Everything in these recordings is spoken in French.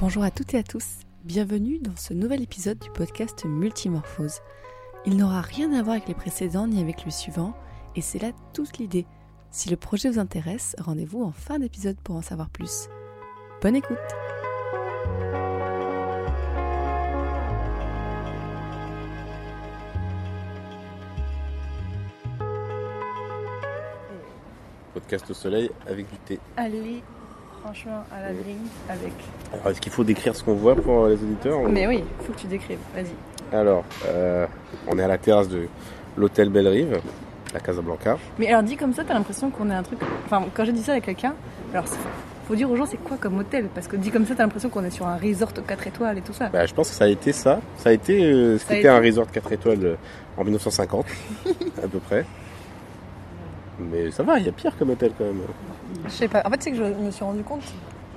Bonjour à toutes et à tous, bienvenue dans ce nouvel épisode du podcast Multimorphose. Il n'aura rien à voir avec les précédents ni avec le suivant, et c'est là toute l'idée. Si le projet vous intéresse, rendez-vous en fin d'épisode pour en savoir plus. Bonne écoute Podcast au soleil avec du thé. Allez, franchement, à la Oui. drink avec. Alors, est-ce qu'il faut décrire ce qu'on voit pour euh, les auditeurs Mais oui, faut que tu décrives, vas-y. Alors, euh, on est à la terrasse de l'hôtel Belle Rive, à Casablanca. Mais alors dit comme ça, t'as l'impression qu'on est un truc. Enfin, quand j'ai dit ça à quelqu'un, alors c'est- faut dire aux gens c'est quoi comme hôtel Parce que dit comme ça, t'as l'impression qu'on est sur un resort 4 étoiles et tout ça. Bah, je pense que ça a été ça. Ça a été euh, ce Ça a qu'était été. un resort 4 étoiles euh, en 1950, à peu près. Mais ça va, il y a pire comme hôtel quand même. Je sais pas. En fait, c'est que je me suis rendu compte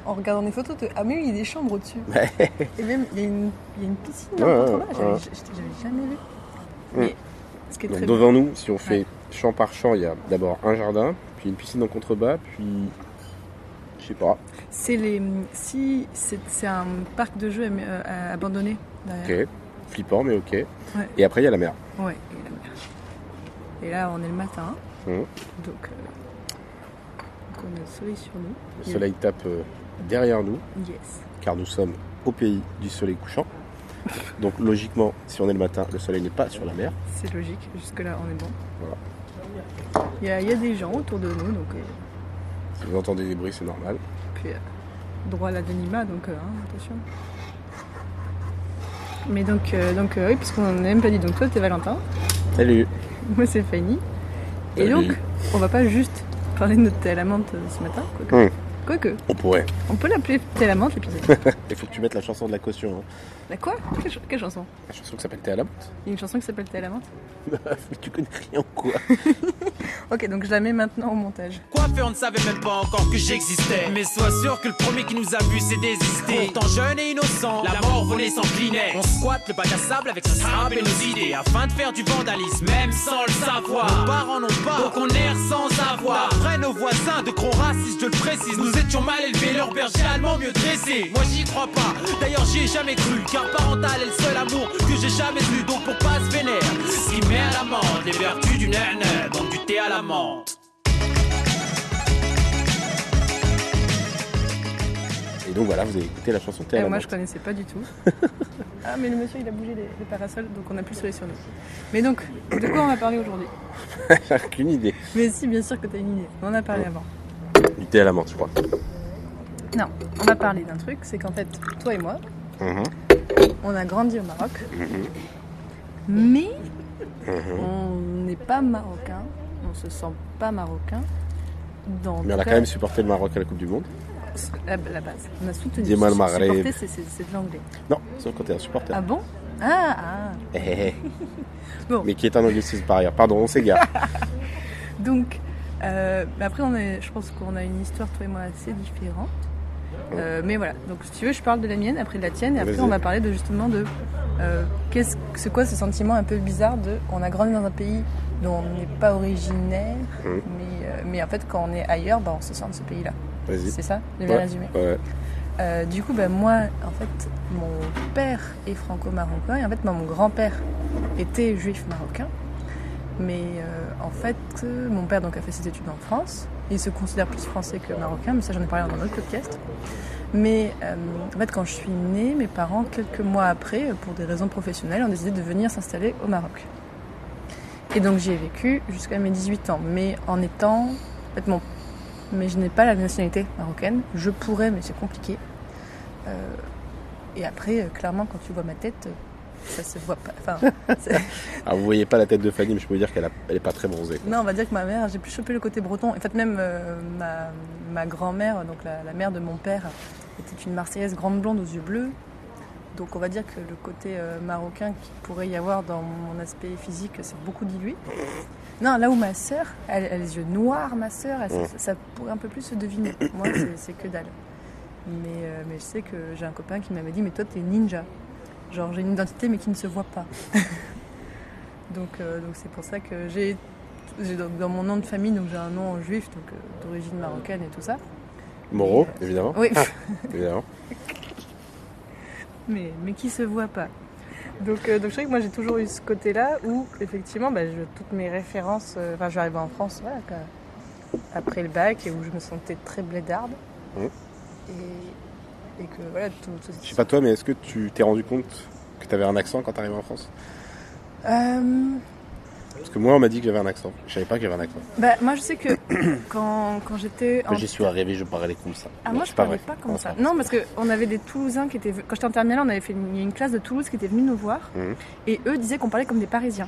en regardant les photos de... Ah, mais oui, il y a des chambres au-dessus. Ouais. et même, il y, a une- il y a une piscine Ouais, là, contre ouais, là. J'avais ouais. j'étais- j'avais jamais vu. Ouais. Mais ce qui est Donc très devant nous, si on fait Ouais. champ par champ, il y a d'abord un jardin, puis une piscine en contrebas, puis. Je sais pas. C'est les. Si, c'est c'est un parc de jeux euh, euh, abandonné derrière. Ok. Flippant, mais ok. Et après, il y a la mer. Ouais, et la mer. Et là, on est le matin. Mhm. Donc, euh, donc on a le soleil sur nous. Le Il- soleil tape euh, derrière nous. Yes. car nous sommes au pays du soleil couchant. Donc logiquement, si on est le matin, le soleil n'est pas sur la mer. C'est logique. Jusque-là, on est bon. Voilà. Il y, a, il y a des gens autour de nous. Donc, euh, Si vous entendez des bruits, c'est normal. puis, euh, droit à l'anonymat. Donc, euh, hein, attention. Mais donc, euh, donc euh, oui, parce qu'on n'en a même pas dit. Donc, toi, t'es Valentin. Salut Moi, c'est Fanny. Et Salut. donc, on va pas juste parler de notre thé à la menthe euh, ce matin. Quoique. Mhm. Quoique, On pourrait. on peut l'appeler thé à la menthe l'épisode. Il faut que tu mettes la chanson de la caution. hein. La quoi quelle, ch- quelle chanson La chanson qui s'appelle T'es à la botte Il y a une chanson qui s'appelle Thé à la menthe Mais tu connais rien ou quoi Ok, donc je la mets maintenant au montage. Coiffé, on ne savait même pas encore que j'existais. Mais sois sûr que le premier qui nous a vu s'est désisté. Pourtant jeune et innocent, la mort volée s'inclinait. On squatte le bac à sable avec sa strap et nos idées afin de faire du vandalisme, même sans le savoir. Nos parents n'ont pas, donc on erre sans avoir. Après nos voisins de gros racistes, je le précise, nous étions mal élevés, leur berger allemand mieux dressé. Moi j'y crois pas, d'ailleurs j'y ai jamais cru, car parental est le seul amour que j'ai jamais eu. Donc pour pas se vénère, ce qui met à l'amende les vertus d'une haine, donc du thé à la menthe. Et donc voilà, vous avez écouté la chanson T'es à Et la moi, je botte. connaissais pas du tout. ah, mais le monsieur, il a bougé les, les parasols, donc on a plus le soleil sur nous. Mais donc, de quoi on va parler aujourd'hui Aucune idée. Mais si, bien sûr que t'as une idée. On en a parlé avant. Du thé à la menthe, je crois. Non, on va parler d'un truc, c'est qu'en fait, toi et moi, Mhm. on a grandi au Maroc, Mhm. mais Mhm. on n'est pas marocain, on se sent pas marocain. Dans Mais on a tout quand même supporté le Maroc à la Coupe du Monde. la, la base. On a soutenu. Dis-moi le Maghreb. Supporter, c'est- c'est c'est de l'anglais. Non, sauf quand t'es un supporter. Ah bon Ah ah. Eh, eh, eh. Bon. Mais qui est un anglicisme par ailleurs. Pardon, on s'égare. Donc, euh, mais après, on est, je pense qu'on a une histoire, toi et moi, assez différente. Euh, mais voilà, donc si tu veux, je parle de la mienne, après de la tienne, et après, Vas-y. on va parler de justement de euh, qu'est-ce, c'est quoi ce sentiment un peu bizarre de on a grandi dans un pays dont on n'est pas originaire, Mhm. mais, euh, mais en fait, quand on est ailleurs, bah, on se sent de ce pays-là. Vas-y. C'est ça J'ai bien Ouais. résumé. Ouais. Euh, du coup, bah, moi, en fait, mon père est franco-marocain et en fait, moi, mon grand-père était juif marocain. Mais euh, en fait, euh, mon père donc, a fait ses études en France. Il se considère plus français que marocain, mais ça, j'en ai parlé dans un autre podcast. Mais euh, en fait, quand je suis née, mes parents, quelques mois après, euh, pour des raisons professionnelles, ont décidé de venir s'installer au Maroc. Et donc, j'y ai vécu jusqu'à mes 18 ans, mais en étant. En fait, mon... Mais je n'ai pas la nationalité marocaine. Je pourrais, mais c'est compliqué. Euh, et après, euh, clairement, quand tu vois ma tête, euh, ça se voit pas. Enfin, c'est- Alors vous voyez pas la tête de Fanny, mais je peux vous dire qu'elle a- elle est pas très bronzée. non, on va dire que ma mère, j'ai plus chopé le côté breton. En fait, même euh, ma, ma grand-mère, donc la, la mère de mon père, était une Marseillaise grande blonde aux yeux bleus. Donc, on va dire que le côté euh, marocain qui pourrait y avoir dans mon aspect physique, c'est beaucoup dilué. Non, là où ma sœur, elle, elle a les yeux noirs, ma sœur, elle, ça, ça pourrait un peu plus se deviner. Moi, c'est- c'est que dalle. Mais, euh, mais je sais que j'ai un copain qui m'avait dit, mais toi, t'es ninja. Genre, j'ai une identité, mais qui ne se voit pas. donc, euh, donc c'est pour ça que j'ai j'ai donc dans mon nom de famille, donc j'ai un nom en juif, donc euh, d'origine marocaine et tout ça. Moreau, Ah, évidemment. Oui, Évidemment. mais, mais qui se voit pas. Donc, euh, donc je sais que moi j'ai toujours eu ce côté-là où effectivement bah, je- toutes mes références, euh, enfin je suis arrivée en France voilà, quand- après le bac et où je me sentais très blédarde. Mhm. Et, et que voilà, tout, tout- Je sais pas toi, mais est-ce que tu t'es rendu compte que t'avais un accent quand t'arrivais en France Euh, Parce que moi, on m'a dit que j'avais un accent. Je savais pas que j'avais un accent. bah, moi je sais que quand, quand j'étais en Quand j'y suis arrivé, je parlais comme ça. Ah, Non, moi, je c'est parlais vrai. pas comme Non, ça. c'est pas Non, parce qu'on avait des Toulousains qui étaient. Quand j'étais en terminale, on avait fait une, il y a une classe de Toulouse qui était venue nous voir. Mhm. Et eux disaient qu'on parlait comme des Parisiens.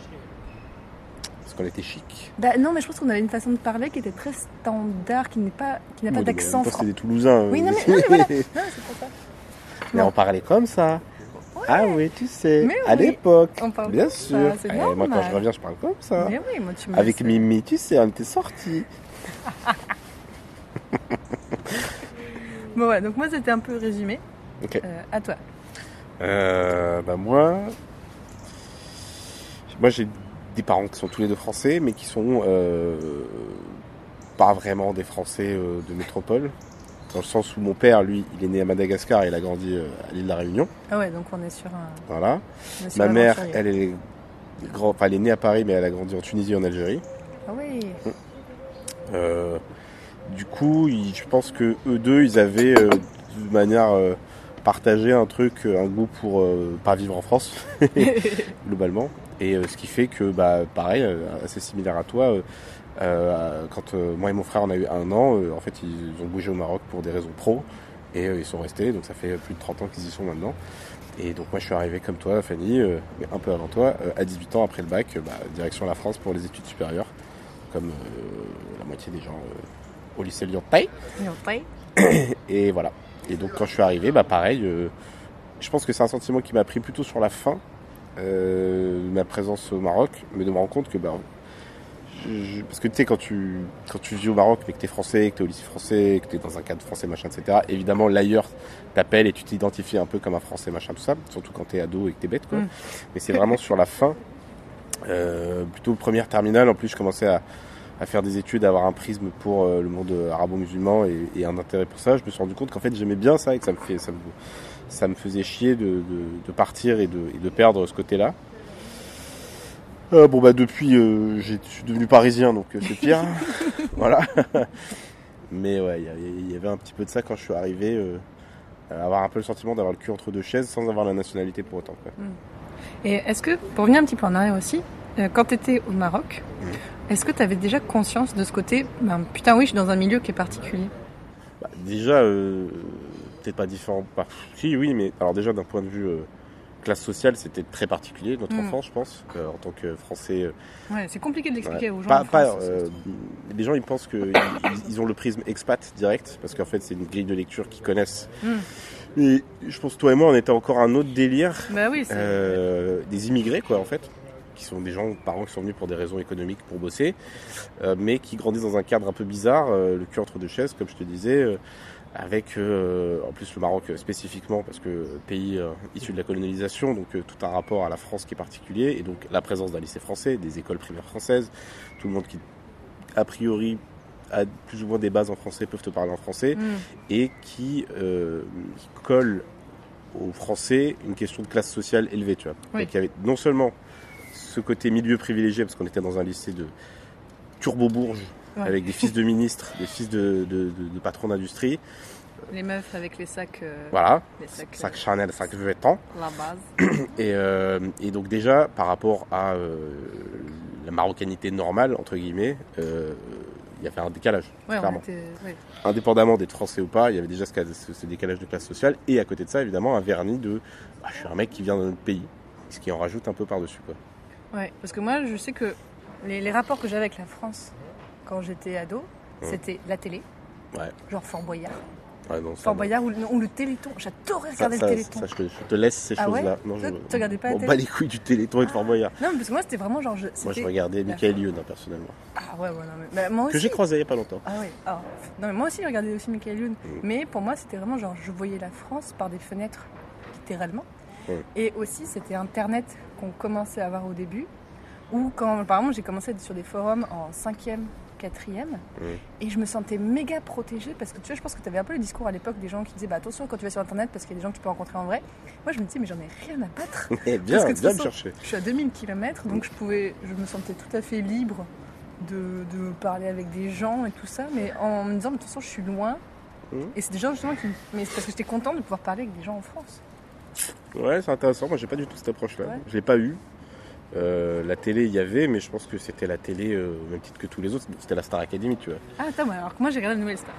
Parce qu'on était chic. Bah non, mais je pense qu'on avait une façon de parler qui était très standard, qui n'est pas, qui n'a pas d'accent C'était français. des Toulousains. Oui, euh, non, mais- non, mais voilà. Non, c'est pour ça. Mais Non. on parlait comme ça. Ah oui, tu sais. Mais À oui, l'époque. on parle Bien comme ça, sûr. c'est Eh, moi, quand normal. je reviens, je parle comme ça. Mais oui, moi tu me Avec laisses- Mimi, tu sais, on était sortis. Bon, voilà, donc moi c'était un peu résumé. Ok. Euh, à toi. Euh, bah moi, moi j'ai des parents qui sont tous les deux français, mais qui sont euh, pas vraiment des Français euh, de métropole, dans le sens où mon père, lui, il est né à Madagascar et il a grandi euh, à l'île de la Réunion, Ah ouais, donc on est sur un. voilà. on est sur Ma un mère, aventurier. elle est grand, enfin, elle est née à Paris, mais elle a grandi en Tunisie, et en Algérie. Ah oui. Euh, du coup, ils- je pense que eux deux, ils avaient euh, de manière euh, partagée un truc, euh, un goût pour euh, pas vivre en France. globalement. Et euh, ce qui fait que, bah, pareil, euh, assez similaire à toi, euh, euh, quand euh, moi et mon frère on a eu un an, euh, en fait ils ont bougé au Maroc pour des raisons pro et euh, ils sont restés, donc ça fait plus de 30 ans qu'ils y sont maintenant. Et donc moi je suis arrivé comme toi, Fanny, euh, mais un peu avant toi, euh, à 18 ans après le bac, euh, bah, direction la France pour les études supérieures, comme euh, la moitié des gens euh, au lycée Lyon-Paix. Et on paye. Et voilà. Et donc quand je suis arrivé, bah pareil, euh, je pense que c'est un sentiment qui m'a pris plutôt sur la fin, euh, ma présence au Maroc, mais de me rendre compte que bah, je- je- parce que tu sais quand tu quand tu vis au Maroc, mais que t'es français, que t'es au lycée français, que t'es dans un cadre français machin, etc. Évidemment l'ailleurs t'appelle et tu t'identifies un peu comme un français machin tout ça, surtout quand t'es ado et que t'es bête quoi. Mm. Mais c'est vraiment sur la fin, euh, plutôt première terminale. En plus je commençais à à faire des études, à avoir un prisme pour euh, le monde euh, arabo-musulman et, et un intérêt pour ça, je me suis rendu compte qu'en fait j'aimais bien ça et que ça me, fait, ça me, ça me faisait chier de, de- de partir et de, et de perdre ce côté-là. Euh, bon bah depuis euh, j'ai- je suis devenu parisien donc euh, c'est pire. voilà. Mais ouais, il y a- il y, avait un petit peu de ça quand je suis arrivé. euh, à avoir un peu le sentiment d'avoir le cul entre deux chaises sans avoir la nationalité pour autant. Quoi. Et est-ce que, pour revenir un petit peu en arrière aussi, euh, quand tu étais au Maroc, Mhm. est-ce que tu avais déjà conscience de ce côté ben, Putain, oui, je suis dans un milieu qui est particulier. Bah, déjà, euh, peut-être pas différent. Bah, si, oui, mais alors déjà d'un point de vue euh, classe sociale, c'était très particulier notre Mm. enfance, je pense, euh, en tant que Français. euh, Ouais, c'est compliqué de l'expliquer voilà. aux gens. Pas- en pas, France, euh, les gens, ils pensent que ils, ils ont le prisme expat direct, parce qu'en fait, c'est une grille de lecture qu'ils connaissent. Et je pense toi et moi, on était encore un autre délire ça. Bah oui, c'est. euh, des immigrés, quoi, en fait, qui sont des gens, parents qui sont venus pour des raisons économiques pour bosser, euh, mais qui grandissent dans un cadre un peu bizarre, euh, le cul entre deux chaises, comme je te disais, euh, avec euh, en plus le Maroc euh, spécifiquement, parce que euh, pays euh, issu de la colonisation, donc euh, tout un rapport à la France qui est particulier, et donc la présence d'un lycée français, des écoles primaires françaises, tout le monde qui, a priori, a plus ou moins des bases en français, peuvent te parler en français Mm. et qui, euh, qui colle aux Français une question de classe sociale élevée, tu vois. Oui. Donc il y avait non seulement ce côté milieu privilégié, parce qu'on était dans un lycée de Turbo-Bourges, Ouais. avec des fils de ministres, des fils de, de, de- de patrons d'industrie, Les meufs avec les sacs, euh, voilà, les sacs, sac Chanel, sac Vuitton, euh, la base. et, euh, et donc déjà, par rapport à euh, la marocanité normale, entre guillemets, euh, il y avait un décalage. Ouais, on Clairement. était- ouais. indépendamment d'être français ou pas, il y avait déjà ce, cas- ce- ce décalage de classe sociale. Et à côté de ça, évidemment, un vernis de bah, je suis un mec qui vient d'un autre pays. Ce qui en rajoute un peu par-dessus. quoi. Ouais, parce que moi, je sais que les, les rapports que j'avais avec la France quand j'étais ado, c'était la télé. Mm. Ouais. Genre Fort Boyard. Ouais, non, ça, Fort non. Boyard ou, le- ou le Téléthon. J'adorais Ça, regarder ça- le Téléthon. ça, je, te, je te laisse ces Ah ouais choses-là. Toi, tu regardais pas la Bon, télé pas les couilles du Téléthon et de Fort Boyard. Non, mais parce que moi, c'était vraiment genre. je- Moi, je c'était- regardais Michael Youn, hein, personnellement. Ah ouais, ouais, non, mais. bah, moi Que aussi. j'ai croisé il n'y a pas longtemps. Ah ouais. ah. Non mais moi aussi je regardais aussi Michael Youn. Mm. Mais pour moi c'était vraiment genre je voyais la France par des fenêtres littéralement. Mm. Et aussi c'était Internet qu'on commençait à avoir au début. Ou quand par exemple j'ai commencé à être sur des forums en cinquième quatrième. Mm. Et je me sentais méga protégée parce que tu vois, je pense que tu avais un peu le discours à l'époque des gens qui disaient bah, attention quand tu vas sur internet parce qu'il y a des gens que tu peux rencontrer en vrai. Moi, je me disais mais j'en ai rien à battre. Eh bien, Parce que de toute viens me façon- chercher. Je suis à 2000 km, donc je, pouvais, je me sentais tout à fait libre de, de parler avec des gens et tout ça, mais en me disant, de toute façon, je suis loin. Mhm. Et c'est des gens justement qui. Mais c'est parce que j'étais contente de pouvoir parler avec des gens en France. Ouais, c'est intéressant. Moi, j'ai pas du tout cette approche-là. Ouais. Je l'ai pas eu. Euh, la télé, il y avait, mais je pense que c'était la télé, euh, au même titre que tous les autres. Bon, C'était la Star Academy, tu vois. Ah, attends, mais alors que moi j'ai regardé la Nouvelle Star.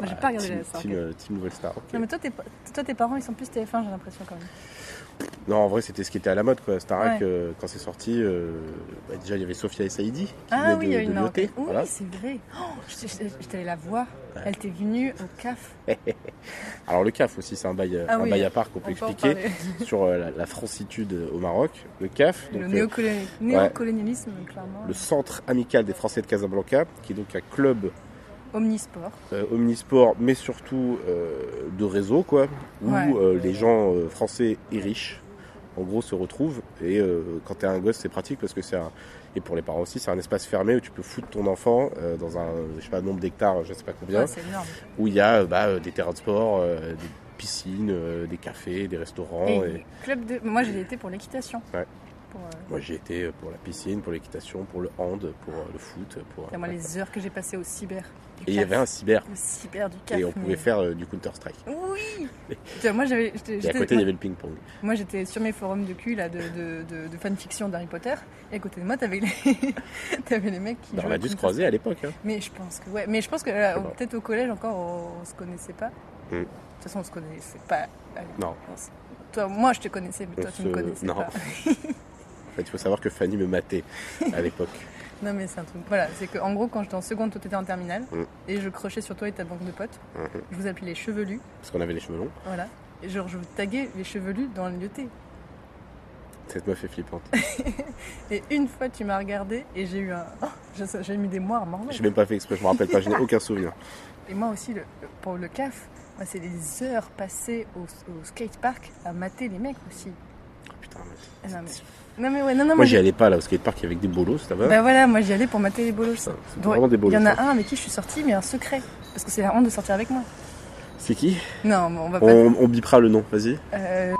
Moi j'ai pas regardé Team, Ah, la Star. Team, Academy. euh, Team Nouvelle Star. ok. Non, mais toi, tes pa- toi, tes parents ils sont plus TF1, j'ai l'impression quand même. Non, en vrai, c'était ce qui était à la mode, quoi. Starac, Ouais. euh, quand c'est sorti, euh, bah, déjà, il y avait Sofia et Saïdi. Qui venait Ah oui, de, il y a de une Lyoté, Oui, voilà. c'est vrai. Oh, j'étais- j'étais j'étais allée la voir. Elle t'est venue au CAF. Alors, le CAF aussi, c'est un bail, euh, Ah un oui, bail à part qu'on peut On peut en expliquer parler. sur euh, la, la francitude euh, au Maroc. Le CAF, donc, Le euh, néocoloni- néocolonialisme, clairement. le Centre Amical des Français de Casablanca, qui est donc un club Omnisport. euh, omnisport, mais surtout euh, de réseau, quoi, où Ouais. euh, les gens euh, français et riches, en gros, se retrouvent. Et euh, quand t'es un gosse, c'est pratique parce que c'est un. Et pour les parents aussi, c'est un espace fermé où tu peux foutre ton enfant euh, dans un, je sais pas, nombre d'hectares, je sais pas combien, Ouais, c'est énorme. où il y a euh, bah, euh, des terrains de sport, euh, des piscines, euh, des cafés, des restaurants. Et et- club de... Moi, j'ai été pour l'équitation. Oh Ouais. Pour, euh, Moi, j'ai été euh, pour la piscine, pour l'équitation, pour le hand, pour euh, le foot, pour. et moi, les heures que j'ai passées au cyber. du Et il y CAF. avait un cyber. Le cyber du CAF. Et on pouvait mais- faire euh, du Counter-Strike. Oui Putain, Moi, j'avais. j'étais- Et à j'étais- côté, il y avait le ping-pong. Moi, j'étais sur mes forums de cul là, de, de, de, de fanfiction d'Harry Potter. Et à côté de moi, t'avais les... t'avais les mecs qui. Bah, on jouaient a dû se contre- croiser à l'époque. hein. Mais je pense que, ouais. Mais je pense que euh, C'est bon. peut-être au collège encore, on, on se connaissait pas. Mm. De toute façon, on se connaissait pas. Allez, Non. on s- Toi, moi, je te connaissais, mais On toi, tu se- me connaissais non. pas. En fait, il faut savoir que Fanny me matait à l'époque. Non mais c'est un truc. Voilà, c'est que en gros quand j'étais en seconde, toi t'étais en terminale Mhm. et je crochais sur toi et ta banque de potes. Mhm. Je vous appelais les chevelus, Parce qu'on avait les cheveux longs. voilà. Et genre je vous taguais les chevelus dans le thé. Cette meuf est flippante. Et une fois tu m'as regardé et j'ai eu un. Oh, je- j'ai mis des moires à Marlon. J'ai même pas fait exprès, je me rappelle pas, je n'ai aucun souvenir. Et moi aussi le- pour le CAF, moi, c'est des heures passées au, au skatepark à mater les mecs aussi. Putain, Ah, mais... non, mais... non mais ouais, non non Moi moi, j'y allais pas là au skatepark avec des bolos, ça va Bah voilà, moi j'y allais pour mater les bolos. Putain, C'est Donc, vraiment des Bah Il bolos. y en ça. a un avec qui je suis sortie mais un secret parce que c'est la honte de sortir avec moi. C'est qui Non, bon, on va pas. on, on bipera le nom, vas-y. Euh,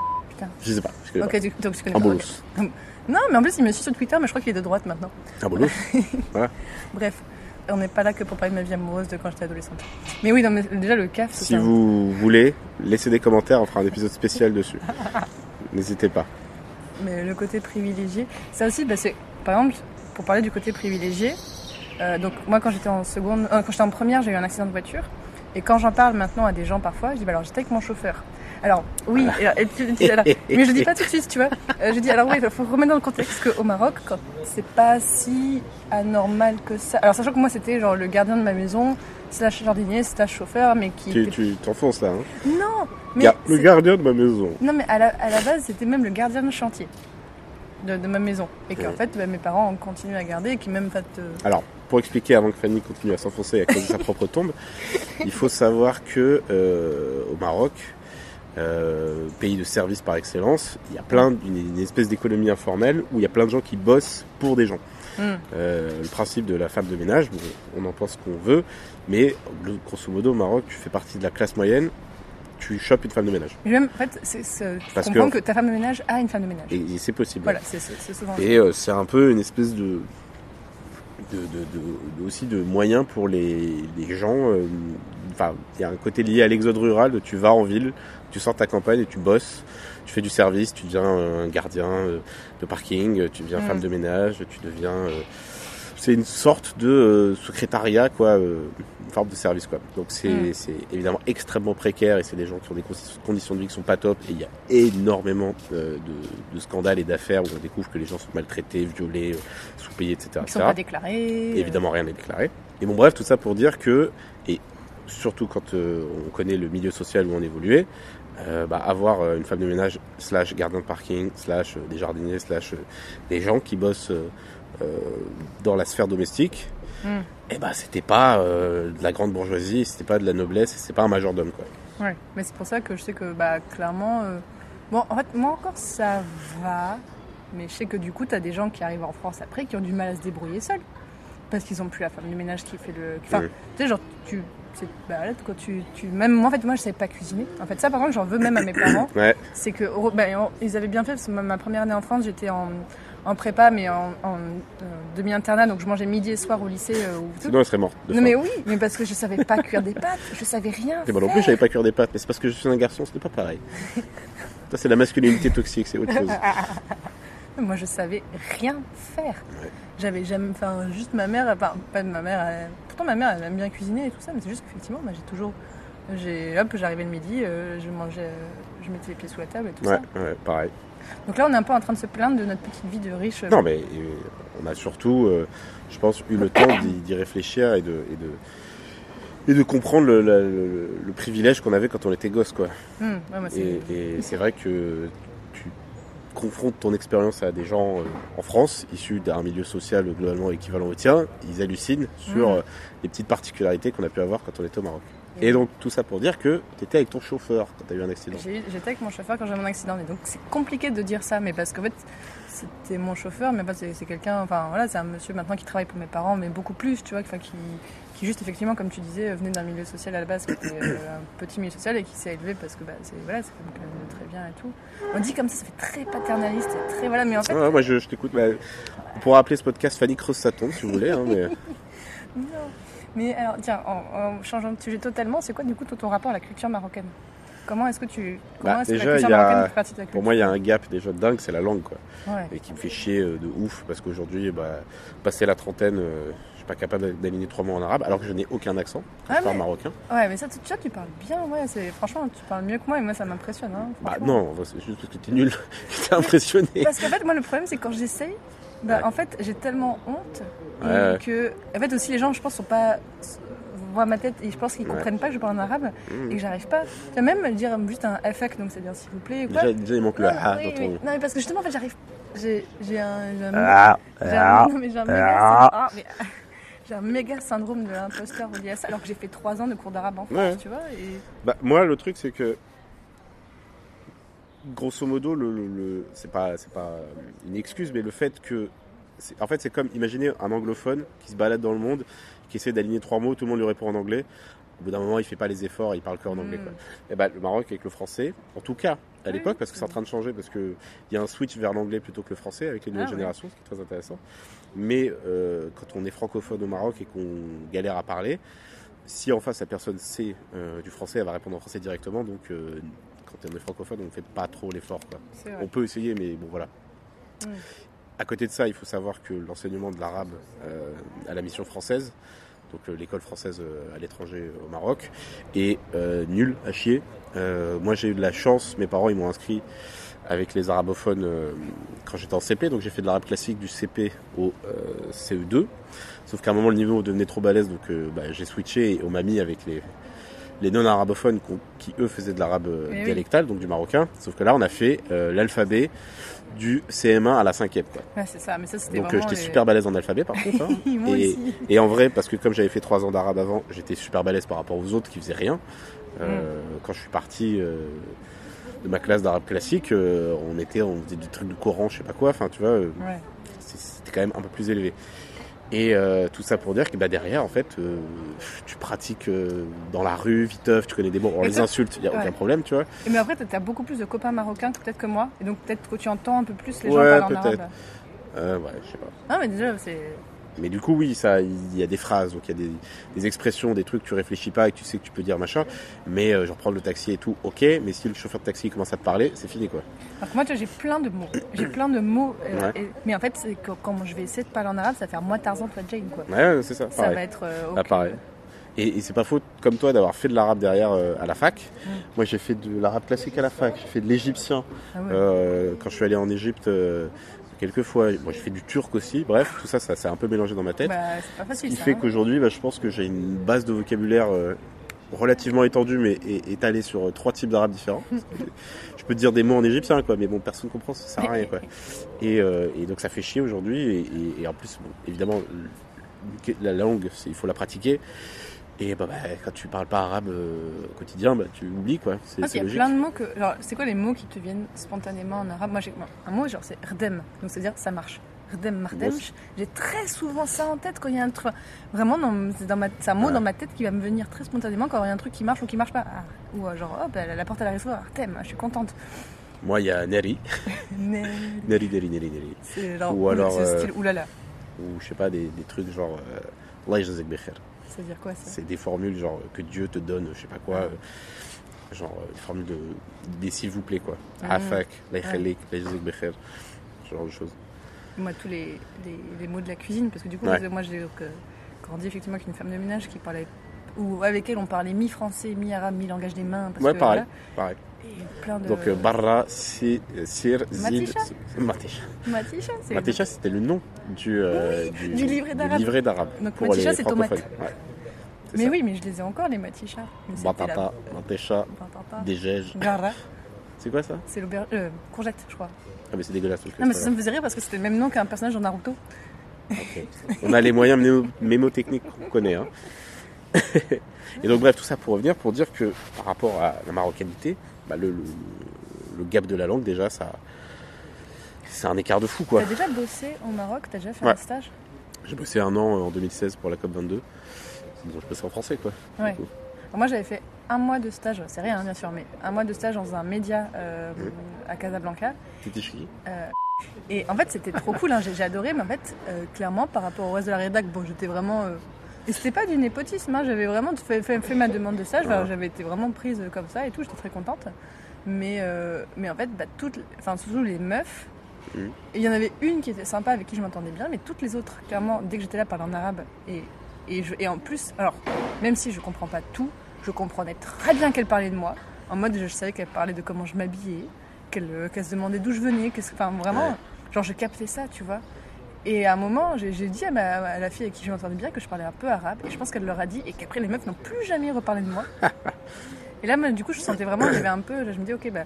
Je sais pas. Je connais Ok, donc donc tu connais pas. Un pas, ok. bolos. Non, mais en plus, il me suit sur Twitter, mais je crois qu'il est de droite maintenant. Un bolos Bref, on n'est pas là que pour parler de ma vie amoureuse de quand j'étais adolescente. Mais oui, non, mais déjà, le CAF, c'est Si un- vous voulez, laissez des commentaires, on fera un épisode spécial dessus. N'hésitez pas. mais le côté privilégié. Ça aussi, bah, c'est... par exemple, pour parler du côté privilégié, euh, donc moi, quand j'étais en seconde, euh, quand j'étais en première, j'ai eu un accident de voiture. Et quand j'en parle maintenant à des gens parfois, je dis bah alors j'étais avec mon chauffeur. Alors oui, et alors- et tu- tu- alors- mais je le dis pas tout de suite, tu vois. Euh, je dis alors oui, il faut remettre dans le contexte qu'au Maroc, quand c'est pas si anormal que ça. Alors sachant que moi c'était genre le gardien de ma maison, slash jardinier, slash chauffeur, mais qui. Tu était- tu t'enfonces là. Hein. Non, mais Gar- le c'est- gardien de ma maison. non, mais à la, à la base, c'était même le gardien de chantier de, de ma maison. Et qu'en Ouais. fait, bah, mes parents ont continué à garder et qui même euh, pas te. Alors, pour expliquer avant que Fanny continue à s'enfoncer à cause de sa propre tombe, il faut savoir que euh, au Maroc, euh, pays de service par excellence, il y a plein d'une une espèce d'économie informelle où il y a plein de gens qui bossent pour des gens. Hmm. Euh, le principe de la femme de ménage, bon, on en pense qu'on veut, mais gl- grosso modo au Maroc, tu fais partie de la classe moyenne, tu chopes une femme de ménage. Et Même, en fait, c'est, c'est, tu Parce comprends que- que... ta femme de ménage a une femme de ménage. Et, et c'est possible. Voilà, c'est, c'est- c'est souvent. Et euh, c'est un peu une espèce de, de, de- de- de- aussi de moyen pour les, les gens. euh, Enfin, il y a un côté lié à l'exode rural. de tu vas en ville, tu sors de ta campagne et tu bosses. Tu fais du service, tu deviens euh, un gardien euh, de parking, euh, tu deviens Mm. femme de ménage, tu deviens. euh, c'est une sorte de euh, secrétariat, quoi, euh, une forme de service, quoi. Donc c'est Mm. c'est évidemment extrêmement précaire et c'est des gens qui ont des consi- conditions de vie qui sont pas top. Et il y a énormément euh, de, de scandales et d'affaires où on découvre que les gens sont maltraités, violés, euh, sous-payés, etc. Qui sont etc. pas déclarés. euh, Et Évidemment, rien n'est déclaré. Et bon, bref, tout ça pour dire que, et surtout quand euh, on connaît le milieu social où on évoluait, euh, bah, avoir euh, une femme de ménage, slash gardien de parking, slash euh, des jardiniers, slash euh, des gens qui bossent euh, euh, dans la sphère domestique, Mm. et bah c'était pas euh, de la grande bourgeoisie, c'était pas de la noblesse, et c'est pas un majordome quoi. euh, ouais. Mais c'est pour ça que je sais que, bah, clairement. euh, Bon, en fait, moi encore, ça va. Mais je sais que du coup, t'as des gens qui arrivent en France après qui ont du mal à se débrouiller seuls. parce qu'ils ont plus la femme du ménage qui fait le. Enfin, Oui. tu sais, genre, tu. C'est balade quoi. Tu, tu, même moi, en fait, moi, je savais pas cuisiner. En fait, ça, par contre, j'en veux même à mes parents. Ouais. C'est que. heureux- ben, on- ils avaient bien fait, parce que ma- ma première année en France, j'étais en, en prépa, mais en, en, euh, demi-internat, donc je mangeais midi et soir au lycée. euh, ou tout. Sinon, elle serait morte. de Non, faim. mais oui, mais parce que je savais pas cuire des pâtes, je savais rien. Et moi non plus, j'avais pas cuire des pâtes, mais c'est parce que je suis un garçon, ce n'est pas pareil. Ça, c'est la masculinité toxique, c'est autre chose. Moi, je savais rien faire. Ouais. J'avais jamais. Enfin, juste ma mère. Enfin, pas de ma mère. elle- pourtant, ma mère, elle aime bien cuisiner et tout ça, mais c'est juste qu'effectivement, moi, j'ai toujours. J'ai, hop, j'arrivais le midi, euh, je mangeais. euh, je mettais les pieds sous la table et tout Ouais, ça. ouais, pareil. Donc là, on est un peu en train de se plaindre de notre petite vie de riche. Non, mais euh, on a surtout, euh, je pense, eu le temps d'y d'y réfléchir et de, et de, et de comprendre le, la- le- le privilège qu'on avait quand on était gosse, quoi. Hum, ouais, moi, c'est- Et, et c'est vrai que tu confrontes ton expérience à des gens euh, en France, issus d'un milieu social globalement équivalent au tien, ils hallucinent sur Mhm. euh, les petites particularités qu'on a pu avoir quand on était au Maroc. Et- Et donc tout ça pour dire que tu étais avec ton chauffeur quand tu as eu un accident. J'ai eu- J'étais avec mon chauffeur quand j'avais mon accident, et donc c'est compliqué de dire ça, mais parce qu'en fait c'était mon chauffeur, mais en fait, c'est c'est quelqu'un, enfin voilà, c'est un monsieur maintenant qui travaille pour mes parents, mais beaucoup plus, tu vois, enfin, qui, qui juste effectivement, comme tu disais, euh, venait d'un milieu social à la base, qui était euh, un petit milieu social et qui s'est élevé parce que bah, c'est voilà, c'est quelqu'un de très bien et tout. On dit comme ça, ça fait très paternaliste, et très voilà, mais en fait, Ouais, ouais, Ah, moi je, je t'écoute. mais On pourra appeler ce podcast Fanny Creuse sa tombe si vous voulez. hein, mais... non. Mais alors tiens, en, en changeant de sujet totalement, c'est quoi du coup ton ton rapport à la culture marocaine Comment est-ce que tu, comment Bah, est-ce que déjà, la culture il y a- marocaine fait partie de ta culture Pour moi, il y a un gap déjà dingue, c'est la langue, quoi. Ouais. Et qui me fait chier euh, de ouf, parce qu'aujourd'hui, bah, passé la trentaine, euh, je suis pas capable d'aligner trois mots en arabe, alors que je n'ai aucun accent, Ah, à part mais- marocain. Ouais, mais ça, tu, tu vois, tu parles bien, ouais, c'est, franchement, tu parles mieux que moi et moi, ça m'impressionne. Hein, Bah franchement. non, c'est juste parce que t'es nul, que t'es impressionné. Parce qu'en fait, moi, le problème, c'est quand j'essaye, bah, Ouais. en fait, j'ai tellement honte et Ouais, ouais. que. En fait, aussi, les gens, je pense, sont pas. voient ma tête et je pense qu'ils Ouais. comprennent pas que je parle en arabe Mmh. et que j'arrive pas. Tu vois, même dire juste un FAQ, donc c'est-à-dire s'il vous plaît ou quoi. Déjà, déjà, il manque le Non, A Ah, oui, dans oui. ton. Non, mais parce que justement, en fait, j'arrive. J'ai, j'ai un. J'ai un, Ah, j'ai un- ah. non, mais j'ai un méga Ah. syndrome- ah, mais- j'ai un méga syndrome de l'imposteur lié à ça, alors que j'ai fait 3 ans de cours d'arabe en France, Ouais. tu vois. Et... Bah, moi, le truc, c'est que. Grosso modo, le, le- le- c'est pas, c'est pas euh, une excuse, mais le fait que. c'est- En fait, c'est comme imaginer un anglophone qui se balade dans le monde, qui essaie d'aligner trois mots, tout le monde lui répond en anglais. Au bout d'un moment, il fait pas les efforts, il parle que en anglais. Hmm. quoi. Et bah, le Maroc avec le français, en tout cas à Oui, l'époque, parce que c'est en oui. train de changer, parce qu'il y a un switch vers l'anglais plutôt que le français avec les nouvelles Ah, ouais. générations, ce qui est très intéressant. Mais euh, quand on est francophone au Maroc et qu'on galère à parler, si en face la personne sait euh, du français, elle va répondre en français directement. Donc euh, quand on est francophone, on ne fait pas trop l'effort. quoi. C'est vrai. On peut essayer, mais bon voilà. Mm. À côté de ça, il faut savoir que l'enseignement de l'arabe euh, à la mission française, donc euh, l'école française euh, à l'étranger euh, au Maroc, est euh, nul à chier. Euh, moi j'ai eu de la chance, mes parents ils m'ont inscrit avec les arabophones euh, quand j'étais en CP, donc j'ai fait de l'arabe classique du CP au euh, CE2. Sauf qu'à un moment le niveau devenait trop balèze, donc euh, bah, j'ai switché et on m'a mis avec les, les non-arabophones qu'on- qui eux faisaient de l'arabe euh, Eh oui. dialectal, donc du marocain. Sauf que là on a fait euh, l'alphabet du CM1 à la cinquième. Quoi. Ouais, c'est ça, mais ça, c'était Donc euh, vraiment. j'étais les- super balèze en alphabet par contre. hein. Moi Et- aussi. Et en vrai, parce que comme j'avais fait trois ans d'arabe avant, j'étais super balèze par rapport aux autres qui faisaient rien. Euh, Quand je suis parti euh, de ma classe d'arabe classique, euh, on était, on faisait du truc du Coran, je sais pas quoi. Enfin, tu vois, euh, Ouais. c'est- c'était quand même un peu plus élevé. Et euh, tout ça pour dire que bah, derrière, en fait, euh, tu pratiques euh, dans la rue, viteuf, tu connais des mots, on Et les toi- insulte, il y a Ouais. aucun problème, tu vois. Et mais après, t'as t'as beaucoup plus de copains marocains que peut-être que moi, et donc peut-être que tu entends un peu plus les gens Ouais, parler en peut-être. arabe. Euh, ouais, je sais pas. Non, mais déjà, c'est. Mais du coup, oui, ça, il y a des phrases, donc il y a des, des expressions, des trucs que tu réfléchis pas et que tu sais que tu peux dire machin. Mais euh, genre prendre le taxi et tout, ok. Mais si le chauffeur de taxi commence à te parler, c'est fini quoi. Alors que moi, tu vois, j'ai plein de mots. J'ai plein de mots. euh, Ouais. et- Mais en fait, c'est que quand je vais essayer de parler en arabe, ça va faire moi Tarzan, toi Jane, quoi. Ouais, ouais, c'est ça. Ça pareil. va être. euh, Ah, ok. pareil. Et, et c'est pas faute comme toi d'avoir fait de l'arabe derrière euh, à la fac. Mm. Moi, j'ai fait de l'arabe classique à la fac. J'ai fait de l'égyptien Ah ouais. euh, quand je suis allé en Égypte. euh, quelques fois. Moi, j'ai fait du turc aussi. Bref, tout ça, ça s'est un peu mélangé dans ma tête. Bah, c'est pas Ce facile. qui ça, fait hein. qu'aujourd'hui, bah, je pense que j'ai une base de vocabulaire euh, relativement étendue, mais é- étalée sur euh, trois types d'arabes différents. Parce que je peux te dire des mots en égyptien, quoi, mais bon, personne comprend, ça sert à rien, quoi. Et, euh, et donc, ça fait chier aujourd'hui. Et, et- et en plus, bon, évidemment, le- la langue, c'est- il faut la pratiquer. Et bah, bah, quand tu parles pas arabe euh, au quotidien, bah, tu oublies, quoi. C'est Ah, c'est Il y a logique. plein de mots que. Genre, c'est quoi les mots qui te viennent spontanément en arabe Moi, j'ai un mot, genre, c'est rdem. Donc, c'est-à-dire, ça marche. Bardem Mardemch. J'ai très souvent ça en tête quand il y a un truc. Vraiment, dans- c'est dans ma- c'est un mot Ouais. dans ma tête qui va me venir très spontanément quand il y a un truc qui marche ou qui marche pas. Ah, ou euh, genre, hop, elle- la porte à la réseau, Artem, je suis contente. Moi, il y a Neri. Mais Neri, Neri, Neri, Neri. c'est genre, Ou alors, ce euh, style, oulala. Ou je sais pas, des, des trucs genre. Euh, Allah yajzak bikhair. C'est-à-dire quoi ça C'est des formules genre que Dieu te donne, je sais pas quoi. euh, genre euh, une formule de. Des s'il vous plaît quoi. Mhm. Afak, la ykhalik, la yajzak bikhair. Ce genre de choses. Moi, tous les, les, les mots de la cuisine, parce que du coup, Ouais. moi, j'ai donc, euh, grandi effectivement avec une femme de ménage qui parlait, ou avec elle, on parlait mi-français, mi-arabe, mi-langage des mains. Parce Ouais, que, pareil, voilà. pareil. Et plein de. Donc, euh, Barra, Si- euh, Sir, Zid. Matisha Matisha. Matisha, c'est. Matisha, c'était le nom du, euh, du livret d'arabe. livret d'arabe. Donc, pour Matisha, les c'est tomate. francophones. Ouais, c'est Mais ça. oui, mais je les ai encore, les matichas. Mais c'était Batata, Matisha, la- Batata. Dégège. Gara, C'est quoi ça c'est l'auberge. Euh, courgette, je crois. Ah, mais c'est dégueulasse. parce que Non, mais c'est ça me faisait rire parce que c'était le même nom qu'un personnage dans Naruto. pas grave. On a les moyens mnémo- mémotechniques qu'on connaît. hein. Et donc, bref, tout ça pour revenir, pour dire que par rapport à la marocanité, bah, le, le- le gap de la langue, déjà, ça. C'est un écart de fou, quoi. T'as déjà bossé au Maroc T'as déjà fait un Ouais. stage J'ai bossé un an euh, en 2016 pour la COP22. Bon, je bossais en français, quoi. du Ouais. coup. Alors Moi, j'avais fait un mois de stage, c'est rien, hein, bien sûr, mais un mois de stage dans un média euh, Mhm. à Casablanca. T'étais chez qui Et en fait, c'était trop cool, hein, j'ai j'ai adoré, mais en fait, euh, clairement, par rapport au reste de la rédac, bon, j'étais vraiment. euh, Et c'était pas du népotisme, hein, j'avais vraiment fait, fait- fait ma demande de stage, enfin, Ouais. j'avais été vraiment prise euh, comme ça et tout, j'étais très contente. Mais, euh, mais en fait, bah, toutes, enfin, surtout les meufs, Mhm. et il y en avait une qui était sympa avec qui je m'entendais bien, mais toutes les autres, clairement, dès que j'étais là, parlaient en arabe. Et, et, je- et en plus, alors, même si je comprends pas tout, je comprenais très bien qu'elle parlait de moi. En mode, je savais qu'elle parlait de comment je m'habillais, qu'elle euh, qu'elle se demandait d'où je venais, qu'est-ce que- enfin vraiment, Ouais. genre je captais ça, tu vois. Et à un moment, j'ai j'ai dit à, ma- à la fille avec qui je m'entendais bien que je parlais un peu arabe, et je pense qu'elle leur a dit, et qu'après les meufs n'ont plus jamais reparlé de moi. et là, moi, du coup, je sentais vraiment, j'avais un peu, là, je me dis, ok, bah,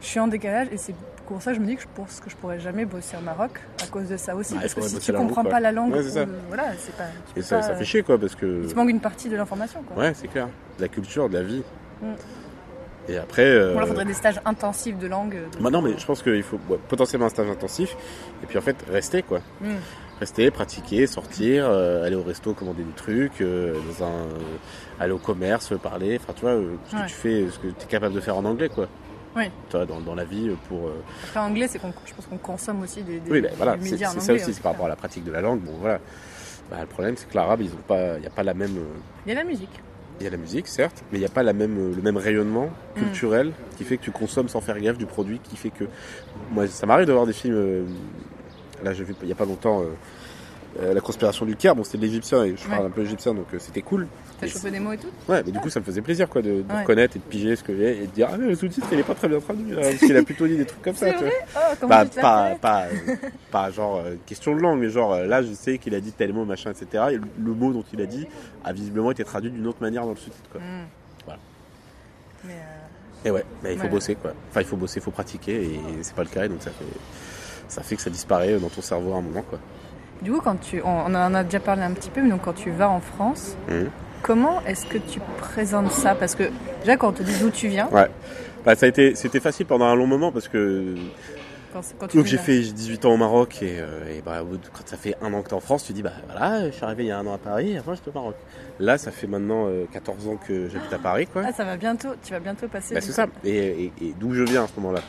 je suis en décalage, et c'est pour ça que je me dis que je pense que je pourrais jamais bosser au Maroc à cause de ça aussi, Bah, il parce que faudrait si bosser tu la langue, comprends quoi. pas la langue, euh, Ouais, c'est ça. ou- voilà, c'est pas. tu Et peux ça, pas, ça euh, fait chier, quoi, parce que. Il te manque une partie de l'information, quoi. Ouais, c'est clair. De La culture, de la vie. Mm. Et après. euh, Bon, là, faudrait des stages intensifs de langue. euh, de- bah non, mais je pense qu'il faut ouais, potentiellement un stage intensif. Et puis en fait, rester, quoi. Mm. Rester, pratiquer, sortir, euh, aller au resto, commander des trucs, euh, dans un, euh, aller au commerce, parler. Enfin, tu vois, euh, ce Ouais. que tu fais, ce que tu es capable de faire en anglais, quoi. Oui. Tu vois, dans, dans la vie, euh, pour. euh, Après, anglais, c'est qu'on, je pense qu'on consomme aussi des, des, Oui, ben des voilà, c'est médias en c'est ça anglais, aussi, hein, c'est par rapport à la pratique de la langue. Bon, voilà. Bah, le problème, c'est que l'arabe, ils ont pas, il n'y a pas la même. euh, Il y a la musique. Il y a la musique, certes, mais il n'y a pas la même, euh, le même rayonnement Mm. culturel qui fait que tu consommes sans faire gaffe du produit, qui fait que. Moi, ça m'arrive de voir des films. euh, là, j'ai vu il n'y a pas longtemps euh, euh, La conspiration du Caire. Bon, c'était de l'égyptien et je parle Ouais. un peu égyptien, donc euh, c'était cool. T'as Et chopé des mots et tout Oh, Ouais, mais du coup, ça me faisait plaisir quoi, de, de Ouais. reconnaître et de piger ce que j'ai et de dire Ah, mais le sous-titre, il est pas très bien traduit, là, parce qu'il a plutôt dit des trucs comme ça. C'est tu vrai vois. Oh, comment Bah, tu te pas, l'appelles pas, euh, pas genre euh, question de langue, mais genre euh, là je sais qu'il a dit tel mot, machin, etc. Et le, le mot dont il a dit a visiblement été traduit d'une autre manière dans le sous-titre. quoi. Hmm. Voilà. Mais, euh, Et ouais, mais il faut Voilà. bosser quoi. Enfin il faut bosser, il faut pratiquer et c'est pas le cas et donc ça fait, ça fait que ça disparaît dans ton cerveau à un moment quoi. Du coup, quand tu, on, on en a déjà parlé un petit peu, mais donc quand tu vas en France, Mhm. comment est-ce que tu présentes ça Parce que déjà, quand on te dit d'où tu viens, Ouais. Bah, ça a été, c'était facile pendant un long moment parce que quand, quand tu donc dis- j'ai fait j'ai 18 ans au Maroc et, euh, et bah, au bout de- quand ça fait un an que t'es en France, tu dis bah voilà, je suis arrivé il y a un an à Paris, et avant j'étais au Maroc. Là ça fait maintenant euh, 14 ans que j'habite à Paris quoi. Ah, ça va bientôt, tu vas bientôt passer. Bah, du c'est coup- ça. Et, et- et d'où je viens à ce moment-là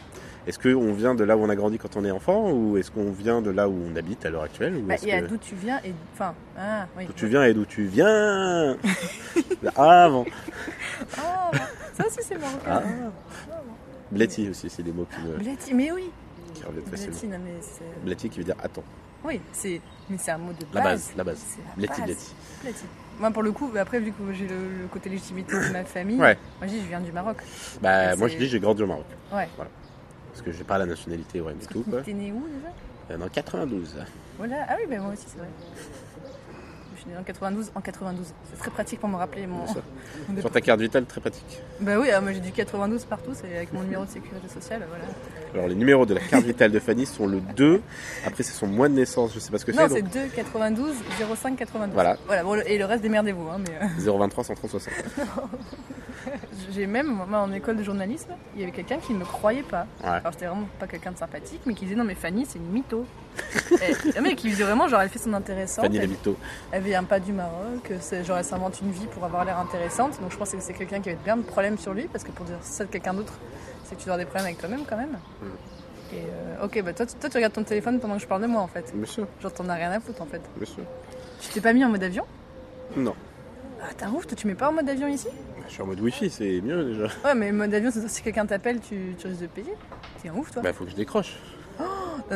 Est-ce qu'on vient de là où on a grandi quand on est enfant ou est-ce qu'on vient de là où on habite à l'heure actuelle ou Bah, est-ce et à que- d'où tu viens et enfin, ah, oui. D'où tu viens et d'où tu viens Avant Ah, ça aussi c'est marocain. Ah. Bleti aussi, c'est des mots qui, me- Blati, mais oui. qui reviennent facilement. Blati, non mais c'est. Bleti qui veut dire attends. Oui, c'est. Mais c'est un mot de base. La base, la base. Ah, C'est Bleti, base. bleti. Platine. Moi, pour le coup, bah, après, vu que j'ai le, le côté légitimité de ma famille, Ouais. moi, je dis, je viens du Maroc. Bah, Ouais, moi c'est- je dis j'ai grandi au Maroc. Ouais. Voilà. Parce que j'ai pas la nationalité, ouais, mais tout quoi. T'es né où déjà Euh, Dans 92. Voilà. Ah oui, ben moi aussi, c'est vrai. Je suis né en 92, en 92. C'est très pratique pour me rappeler mon. Bien sûr. mon Sur départ. ta carte vitale, très pratique. Bah oui, ah, moi j'ai du 92 partout, c'est avec mon numéro de sécurité sociale, voilà. Alors les numéros de la carte vitale de Fanny sont le 2. Après c'est son mois de naissance, je sais pas ce que Non, c'est. c'est donc 2 92 05 92. Voilà. Voilà, bon, le- et le reste, démerdez-vous. Hein, mais, euh, 023 130 60. J'ai même, moi, en école de journalisme, il y avait quelqu'un qui ne me croyait pas. Ouais. Alors, c'était vraiment pas quelqu'un de sympathique, mais qui disait non, mais Fanny, c'est une mytho. et, le mec, il disait vraiment, genre, elle fait son intéressante. Fanny la elle, mytho. elle vient pas du Maroc, c'est- genre, elle s'invente une vie pour avoir l'air intéressante. Donc, je pense que c'est quelqu'un qui avait plein de problèmes sur lui, parce que pour dire ça de quelqu'un d'autre, c'est que tu dois avoir des problèmes avec toi-même quand même. Mm. Et euh, ok, bah toi, tu- toi, tu regardes ton téléphone pendant que je parle de moi en fait. Monsieur, Genre, t'en as rien à foutre en fait. monsieur. Tu t'es pas mis en mode avion Non. Bah, Ah, t'as ouf, toi, tu mets pas en mode avion ici Je suis en mode wifi, c'est mieux déjà. Ouais, mais mode avion, c'est si quelqu'un t'appelle, tu, tu risques de payer. C'est un ouf, toi. Bah faut que je décroche. Non,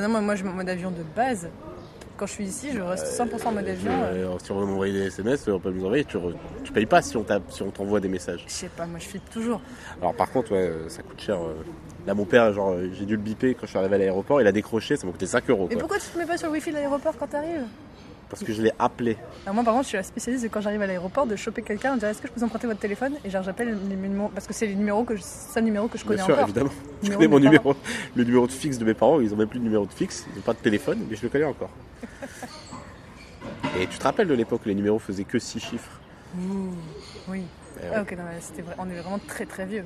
non, moi, moi, je mets en mode avion de base. Quand je suis ici, je reste 100% en mode Euh, je- avion. euh, euh, si on veut m'envoyer des SMS, euh, on peut me les envoyer. Tu, re- tu payes pas si on t'a- si on t'envoie des messages. Je sais pas, moi, je flippe toujours. Alors par contre, ouais, euh, ça coûte cher. euh. Là, mon père, genre, euh, j'ai dû le biper quand je suis arrivé à l'aéroport. Il a décroché, ça m'a coûté 5 euros. Mais quoi. pourquoi tu te mets pas sur le wifi de l'aéroport quand t'arrives Parce que je l'ai appelé. Alors Moi, par contre, je suis la spécialiste de quand j'arrive à l'aéroport de choper quelqu'un, on dirait est-ce que je peux vous emprunter votre téléphone Et genre, j'appelle les numéros, parce que c'est les numéros que je, seul numéro que je connais Bien sûr, encore. évidemment. Je Numéro connais de mon mes numéro, le numéro de fixe de mes parents. Ils ont même plus de numéro de fixe, ils n'ont pas de téléphone, mais je le connais encore. Et tu te rappelles de l'époque où les numéros faisaient que 6 chiffres Ouh, oui. Eh ouais. Ah, ok, non, mais c'était vrai. On est vraiment très très vieux.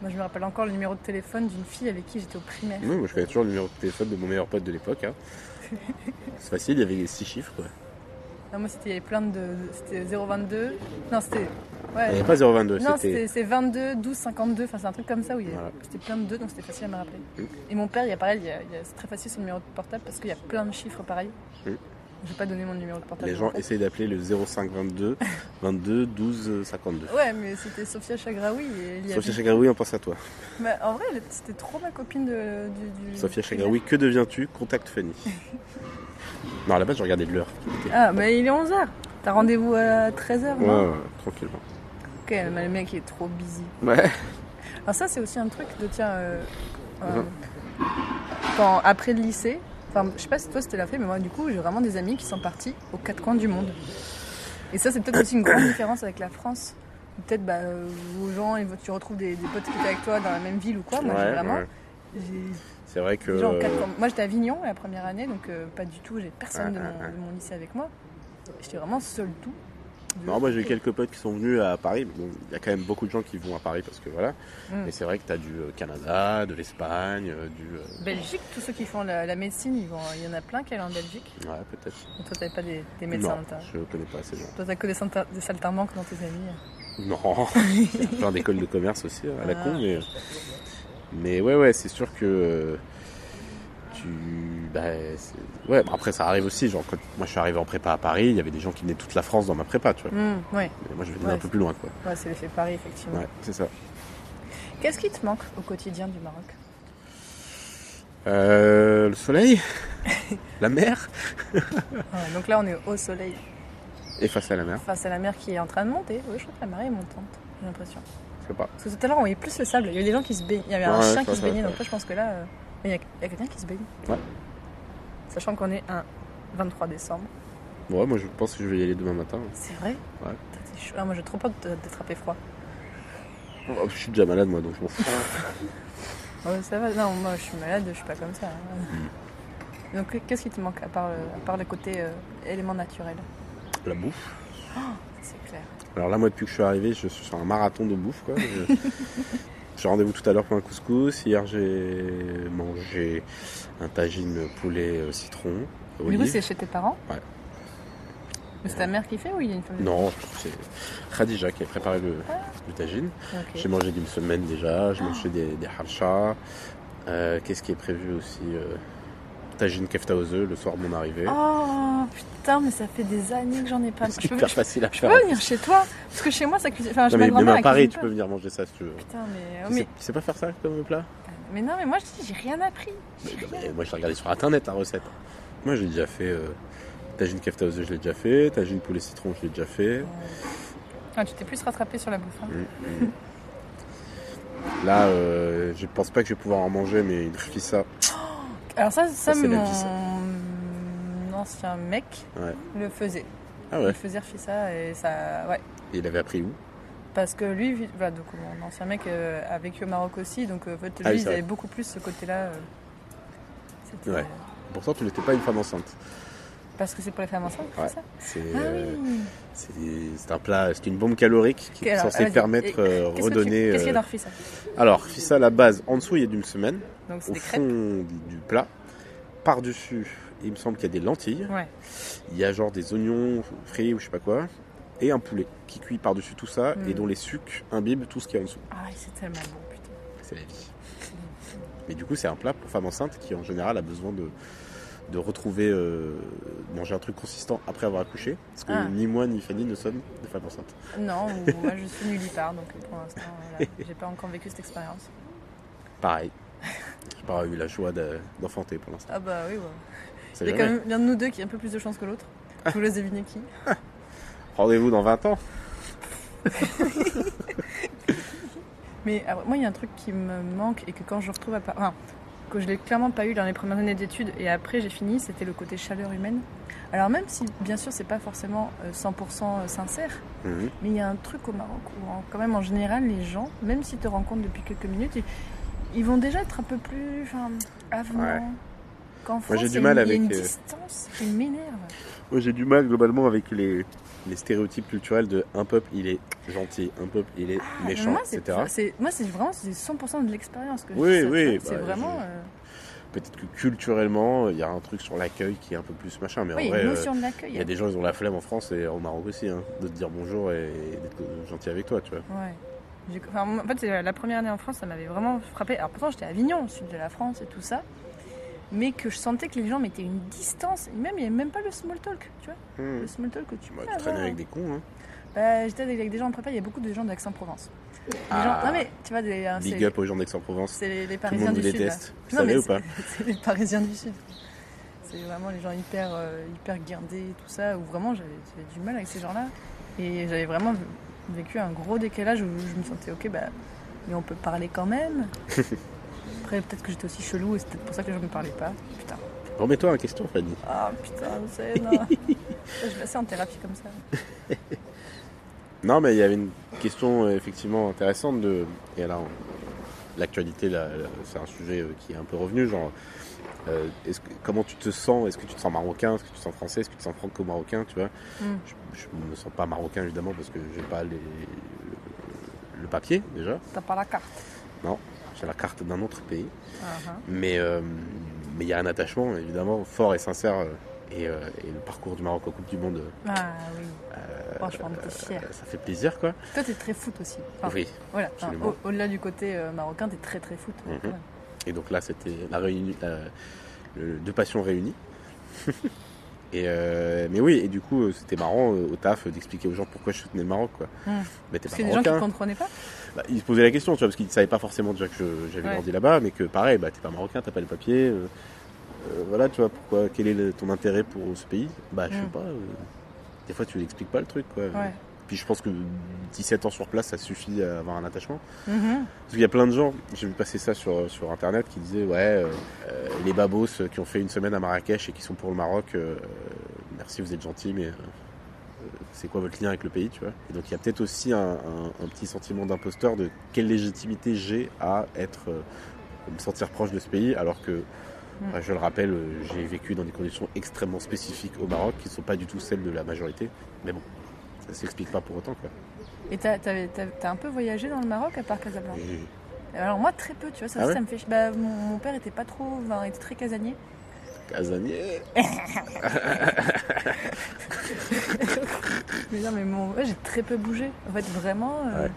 Moi, je me rappelle encore le numéro de téléphone d'une fille avec qui j'étais au primaire. Oui, moi je connais toujours le numéro de téléphone de mon meilleur pote de l'époque. hein. C'est facile, il y avait 6 chiffres. Quoi. Non, moi, c'était il y avait plein de. de- C'était 022. Non, c'était. Ouais. Il n'y avait pas 022, Non, c'était. c'était c'est 22, 12, 52, enfin c'est un truc comme ça où il y a- Voilà. c'était plein de deux, donc c'était facile à me rappeler. Mm. Et mon père, il y a pareil, il y a- il y a- c'est très facile son numéro de portable parce qu'il y a plein de chiffres pareils. Mm. Je vais pas donner mon numéro de portable. Les gens en fait. essayaient d'appeler le 0522 22 12 52. Ouais, mais c'était Sofia Chagraoui et il y Sophia avait- Chagraoui, on pense à toi. Bah, en vrai, elle- c'était trop ma copine de, du, du. Sophia Chagraoui, que deviens-tu Contact Fanny. non, à la base, je regardais de l'heure. Ah, mais il est 11h. T'as rendez-vous à 13h, Ouais, non ouais, tranquillement. Ok, mais le mec il est trop busy. Ouais. Alors Ah, ça c'est aussi un truc de tiens euh, euh, Mhm. quand après le lycée, enfin je sais pas si toi c'était la fait mais moi du coup j'ai vraiment des amis qui sont partis aux quatre coins du monde. Et ça c'est peut-être aussi une grande différence avec la France. Ou Peut-être bah euh, aux gens et tu retrouves des, des potes qui étaient avec toi dans la même ville ou quoi. Ah, Moi j'ai Ouais, vraiment ouais. j'ai C'est vrai que. des gens aux quatre euh, coins. Moi j'étais à Avignon la première année donc euh, pas du tout j'ai personne de Ouais, ouais, mon, ouais. de mon lycée avec moi. J'étais vraiment seul tout. euh, Non, moi j'ai eu quelques potes qui sont venus à Paris. mais bon, il y a quand même beaucoup de gens qui vont à Paris parce que voilà. Mm. Mais c'est vrai que t'as du euh, Canada, de l'Espagne, euh, du. euh, Belgique, tous ceux qui font la, la médecine, ils vont- il y en a plein qui allaient en Belgique. Ouais, peut-être. Mais toi, t'avais pas des, des médecins Non, dans ta- je connais pas ces gens. Toi, t'as que des, salta- des saltimbanques dans tes amis. Non, il y a plein d'écoles de commerce aussi hein, à la Ah. con, mais. Mais ouais, ouais, c'est sûr que. euh, Tu. Bah, c'est- ouais, bah, après ça arrive aussi. Genre, quand moi je suis arrivé en prépa à Paris, il y avait des gens qui venaient de toute la France dans ma prépa, tu vois. Hum, ouais, Mais moi je venais un Ouais. peu plus loin, quoi. ouais c'est l'effet Paris, effectivement. Ouais, c'est ça. Qu'est-ce qui te manque au quotidien du Maroc Euh, le soleil, la mer, Ouais, Donc là, on est au soleil, et face à la mer, face à la mer qui est en train de monter. Oui, je crois que la marée est montante, j'ai l'impression. je sais pas. Parce que tout à l'heure, on voyait plus le sable. Il y avait des gens qui se baignaient. Il y avait un Ouais, chien ça, qui se ça, baignait, ça. donc là, je pense que là, euh, il y a, il y a quelqu'un qui se baigne. Ouais. Sachant qu'on est un 23 décembre. Ouais, moi je pense que je vais y aller demain matin. C'est vrai Ouais. Putain, c'est chaud. Ah, moi, j'ai trop peur de- d'attraper froid. Oh, je suis déjà malade moi donc je m'en fous. Ah Ouais, ça va, non, moi je suis malade, je suis pas comme ça. hein. Hmm. Donc qu'est-ce qui te manque à part, le- à part le côté euh, élément naturel La bouffe. C'est clair. Alors là moi depuis que je suis arrivé je suis sur un marathon de bouffe quoi. Je- J'ai rendez-vous tout à l'heure pour un couscous. Hier j'ai mangé un tagine poulet euh, citron. Du coup, olive. c'est chez tes parents Ouais. Mais c'est ta mère qui fait ou il y a une famille Non, je trouve que c'est Khadija qui a préparé le, le tagine. Ah. Ok. Ah. J'ai mangé d'une semaine déjà, j'ai mangé des, des harchas. Euh, Qu'est-ce qui est prévu aussi euh, Tagine kefta aux œufs le soir de mon arrivée. Oh putain, mais ça fait des années que j'en ai pas. Je c'est peux, hyper je facile à peux faire. pas venir chez toi Parce que chez moi, ça cuisine. Enfin, chez Non, ma mais même grand-mère, à elle Paris, cuisine tu pas. peux venir manger ça si tu veux. Putain, Ah, mais, oh, Tu sais- mais, tu sais pas faire ça comme plat mais non, mais moi je dis, j'ai rien appris. J'ai Non, rien- bah, mais Moi, je l'ai regardé sur internet la recette. Moi, j'ai déjà fait euh, tagine kefta aux œufs, je l'ai déjà fait. Tagine poulet citron, je l'ai déjà fait. Ah, tu t'es plus rattrapé sur la bouffe. hein. Mm, mm. Là, euh, je pense pas que je vais pouvoir en manger, mais une rifissa. Alors, ça, ça, Ça, c'est la mon vie, ça. ancien mec Ouais. le faisait. Ah ouais, Il faisait refait ça et ça. Ouais. Et il avait appris où Parce que lui, vi- voilà, donc mon ancien mec euh, a vécu au Maroc aussi, donc euh, en fait, lui, Ah oui, c'est il avait vrai. beaucoup plus ce côté-là. euh, c'était, Ouais. euh, Pourtant, tu n'étais pas une femme enceinte. Parce que c'est pour les femmes enceintes, c'est Ouais. ça C'est Ah euh, oui c'est c'est un plat, c'est une bombe calorique qui est Alors, censée vas-y. permettre Et- euh, Qu'est-ce que tu- redonner. Qu'est-ce qu'il y a euh, dans le fils Alors, fissa à la base, en dessous il y a d'une semaine, Donc c'est au des crêpes. fond du, du plat, par dessus, il me semble qu'il y a des lentilles. Ouais. Il y a genre des oignons frits ou je sais pas quoi, et un poulet qui cuit par dessus tout ça Mm. et dont les sucs imbibent tout ce qu'il y a en dessous. Ah, c'est tellement bon, putain. C'est la vie. Mais du coup, c'est un plat pour femme enceinte qui, en général, a besoin de, de retrouver, euh, manger un truc consistant après avoir accouché. Parce que Ah. ni moi ni Fanny ne sommes des femmes enceintes. Non, ou- moi je suis nullipare, donc pour l'instant, voilà, j'ai pas encore vécu cette expérience. Pareil. J'ai pas eu la joie de- d'enfanter pour l'instant. Ah bah oui, ouais. On sait Il y a jamais. Ah. quand même l'un de nous deux qui a un peu plus de chance que l'autre. Je vous laisse deviner qui. Rendez-vous dans 20 ans. Mais ah ouais, moi, il y a un truc qui me manque et que quand je retrouve à Paris, enfin, que je l'ai clairement pas eu dans les premières années d'études et après j'ai fini, c'était le côté chaleur humaine. Alors même si, bien sûr, c'est pas forcément euh, 100% sincère, Mhm. mais il y a un truc au Maroc où, en- quand même, en général, les gens, même s'ils te rencontrent depuis quelques minutes, ils, ils vont déjà être un peu plus enfin, avenants. Ouais. Qu'en Moi, France, j'ai il du y a mal une- avec, Il y a une euh, distance qui m'énerve. Moi, j'ai du mal globalement avec les, les stéréotypes culturels de un peuple, il est gentil, un peuple, il est Ah, mais méchant, moi, c'est- etc. c'est- Moi, c'est vraiment c'est 100% de l'expérience que je Oui, dis ça, oui, tu vois, C'est bah, vraiment. je- euh, Peut-être que culturellement, il y a un truc sur l'accueil qui est un peu plus machin. Mais oui, en vrai, une euh, notion de l'accueil. Il y a des gens, ils ont la flemme en France et au Maroc aussi, hein, de te dire bonjour et d'être gentil avec toi, tu vois. Ouais. J'ai- enfin, moi, en fait, c'est la première année en France, ça m'avait vraiment frappé. Alors pourtant, j'étais à Avignon, au sud de la France et tout ça. Mais que je sentais que les gens mettaient une distance. Et même, il n'y avait même pas le small talk, tu vois. Le small talk que tu Tu peux m'as avoir. traîné avec des cons, hein. Bah, J'étais avec des gens en prépa, il y a beaucoup de gens d'accent Provence. Des Ah. gens... Non mais, tu vois, des, euh, Big c'est- up aux gens d'Aix-en-Provence. c'est les, les Tout le Parisiens monde vous du Sud. là. déteste. Vous Non, savez mais ou pas c'est- C'est les Parisiens du Sud. C'est vraiment les gens hyper, euh, hyper guindés et tout ça, où vraiment j'avais j'avais du mal avec ces gens-là. Et j'avais vraiment vécu un gros décalage où je me sentais, ok, bah, mais on peut parler quand même. Après, peut-être que j'étais aussi chelou et c'est peut-être pour ça que je ne parlais pas. Putain. Remets-toi en question, Fanny. Ah putain, c'est énorme. je vais passer en thérapie comme ça. Non, mais il y avait une question euh, effectivement intéressante de. Et alors, l'actualité, là, là, c'est un sujet euh, qui est un peu revenu. Genre, euh, est-ce que- comment tu te sens Est-ce que tu te sens marocain Est-ce que tu te sens français Est-ce que tu te sens franco-marocain Tu vois Mm. je, je me sens pas marocain évidemment parce que j'ai pas les- le- le papier déjà. T'as pas la carte. J'ai la carte d'un autre pays. Ah, hein. Mais euh, mais il y a un attachement évidemment fort et sincère. euh, Et, euh, et le parcours du Maroc en Coupe du Monde, euh, Ah oui. Franchement, t'es fier. ça fait plaisir quoi. Toi, t'es très foot aussi. Enfin, Euh, Oui. Voilà. Enfin, absolument. au- Au-delà du côté euh, marocain, t'es très très foot. Mhm. quand même. Et donc là, c'était la réunion, la- le- deux passions réunies. et euh, mais oui, et du coup, euh, c'était marrant euh, au taf euh, d'expliquer aux gens pourquoi je soutenais le Maroc. Quoi. Mm. Mais t'es Parce pas qu'il y a des gens qui Bah, ne marocain. comprenaient pas. Bah, ils se posaient la question, tu vois, parce qu'ils ne savaient pas forcément déjà que je- j'avais Ouais. grandi là-bas, mais que pareil, bah, t'es pas marocain, t'as pas le papier. euh, euh, voilà, tu vois, pourquoi, quel est le- ton intérêt pour ce pays Bah, je sais Mm. pas. euh, des fois, tu n'expliques pas le truc. Quoi. Ouais. Puis je pense que 17 ans sur place, ça suffit à avoir un attachement. Mhm. Parce qu'il y a plein de gens, j'ai vu passer ça sur, sur internet, qui disaient Ouais, euh, euh, les babos euh, qui ont fait une semaine à Marrakech et qui sont pour le Maroc, euh, euh, merci, vous êtes gentils, mais euh, euh, c'est quoi votre lien avec le pays, tu vois Et donc il y a peut-être aussi un, un- un petit sentiment d'imposteur de quelle légitimité j'ai à être, euh, me sentir proche de ce pays, alors que, bah, je le rappelle, euh, j'ai vécu dans des conditions extrêmement spécifiques au Maroc qui ne sont pas du tout celles de la majorité. Mais bon, ça s'explique pas pour autant, quoi. Et t'as, t'avais- t'as- t'as un peu voyagé dans le Maroc à part Casablanca Et- Alors moi très peu, tu vois, ça, Ah ça ouais me fait chier. Bah, mon, mon père était pas trop, enfin, était très casanier. Casanier Mais non, mais mon, ouais, j'ai très peu bougé. En fait, vraiment, euh, Ouais.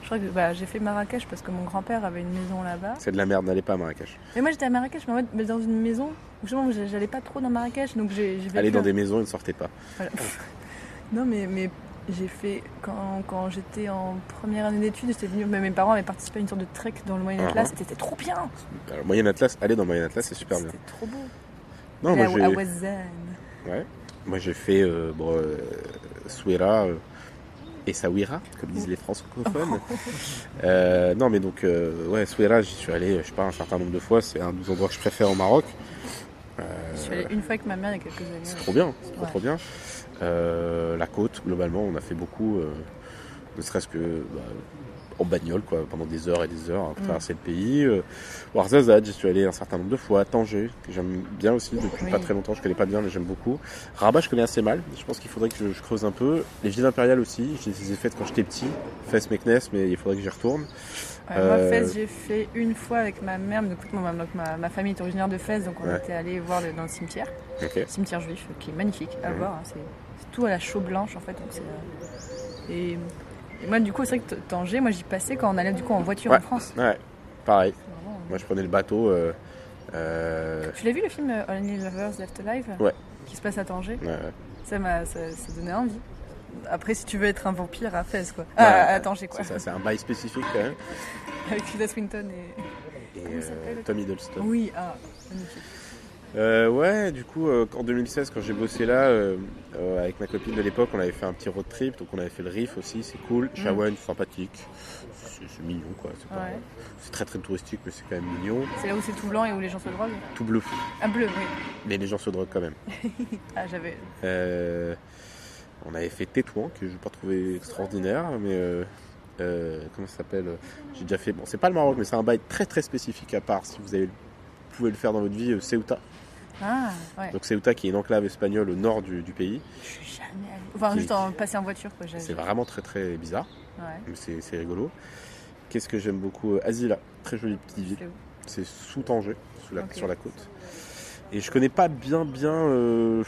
je crois que bah, j'ai fait Marrakech parce que mon grand-père avait une maison là-bas. C'est de la merde, n'allez pas à Marrakech. Mais moi j'étais à Marrakech, mais en fait, mais dans une maison où justement j'a- j'allais pas trop dans Marrakech, donc j'ai, j'ai vécu Allez dans un- des maisons et ne sortez pas. Voilà. non, mais, mais j'ai fait. Quand, quand j'étais en première année d'études, j'étais venue, mais mes parents avaient participé à une sorte de trek dans le Moyen-Atlas, Mhm. c'était trop bien Alors, Moyen Atlas, allez dans Moyen Atlas, c'est super bien. C'était trop beau Non, Là, moi à j'ai, Ouazzane. moi j'ai fait euh, bon, euh, Souira euh, et Sawira, comme disent les francophones. Euh, non, mais donc, euh, ouais, Souira, j'y suis allé, je sais pas, un certain nombre de fois. C'est un des endroits que je préfère au Maroc. Euh, Je suis allée une fois avec ma mère il y a quelques années. c'est trop bien, c'est trop, Ouais. trop bien. Euh, la côte, globalement, on a fait beaucoup, euh, ne serait-ce que bah, en bagnole quoi, pendant des heures et des heures Mm. hein, pour traverser le pays. Euh, Ouarzazate, j'y suis allé un certain nombre de fois. Tanger, que j'aime bien aussi depuis Oui. pas très longtemps, je connais pas bien mais j'aime beaucoup. Rabat, je connais assez mal. Je pense qu'il faudrait que je, je creuse un peu. Les villes impériales aussi, je les ai faites quand j'étais petit. Fès, Meknès, mais il faudrait que j'y retourne. Ouais, Euh, Moi, Fès, j'ai fait une fois avec ma mère. mais du coup, mon- donc, ma, ma famille est originaire de Fès, donc on Ouais. était allé voir le- dans le cimetière, Ok. cimetière juif, euh, qui est magnifique à Mhm. voir. hein. c'est c'est tout à la chaux blanche en fait. donc c'est, euh, et, et moi, du coup, c'est vrai que T- Tanger, moi j'y passais quand on allait du coup en voiture Ouais. en France. Ouais, pareil. C'est vraiment- hein. Moi je prenais le bateau. Euh, euh, Tu l'as vu le film euh, Only Lovers Left Alive Ouais. Qui se passe à Tanger ouais, ouais. Ça m'a ça, ça donnait envie. Après, si tu veux être un vampire à Fès, quoi. Ah, à Tanger, quoi. C'est ça, c'est un bail spécifique quand même. Avec Tilda Swinton et. Et Comment il s'appelle, euh, Tom Hiddleston. Oui, ah, magnifique. Euh, ouais, du coup, euh, en 2016, quand j'ai bossé là, euh, euh, avec ma copine de l'époque, on avait fait un petit road trip, donc on avait fait le Riff aussi, c'est cool. Mm. Shawan, sympathique, c'est c'est mignon quoi. C'est pas- Ouais. c'est très très touristique, mais c'est quand même mignon. C'est là où c'est tout blanc et où les gens se droguent Tout bleu, Ah, bleu, oui. mais les gens se droguent quand même. Ah, j'avais. Euh, on avait fait Tétouan, que je n'ai pas trouvé extraordinaire, mais euh, euh, comment ça s'appelle J'ai déjà fait. Bon, c'est pas le Maroc, mais c'est un bail très très spécifique à part. Si vous avez, vous pouvez le faire dans votre vie, euh, Ceuta. Ah, ouais. Donc Ceuta, qui est une enclave espagnole au nord du, du pays, Je suis jamais allée. Enfin, Qui- juste en passer en voiture, quoi. j'ai- c'est vraiment très très bizarre, Ouais. mais c'est c'est rigolo. Qu'est-ce que j'aime beaucoup Euh, Azila, très jolie petite ville. C'est où C'est sous Tanger, sous la- Ok. sur la côte. Et je connais pas bien bien euh,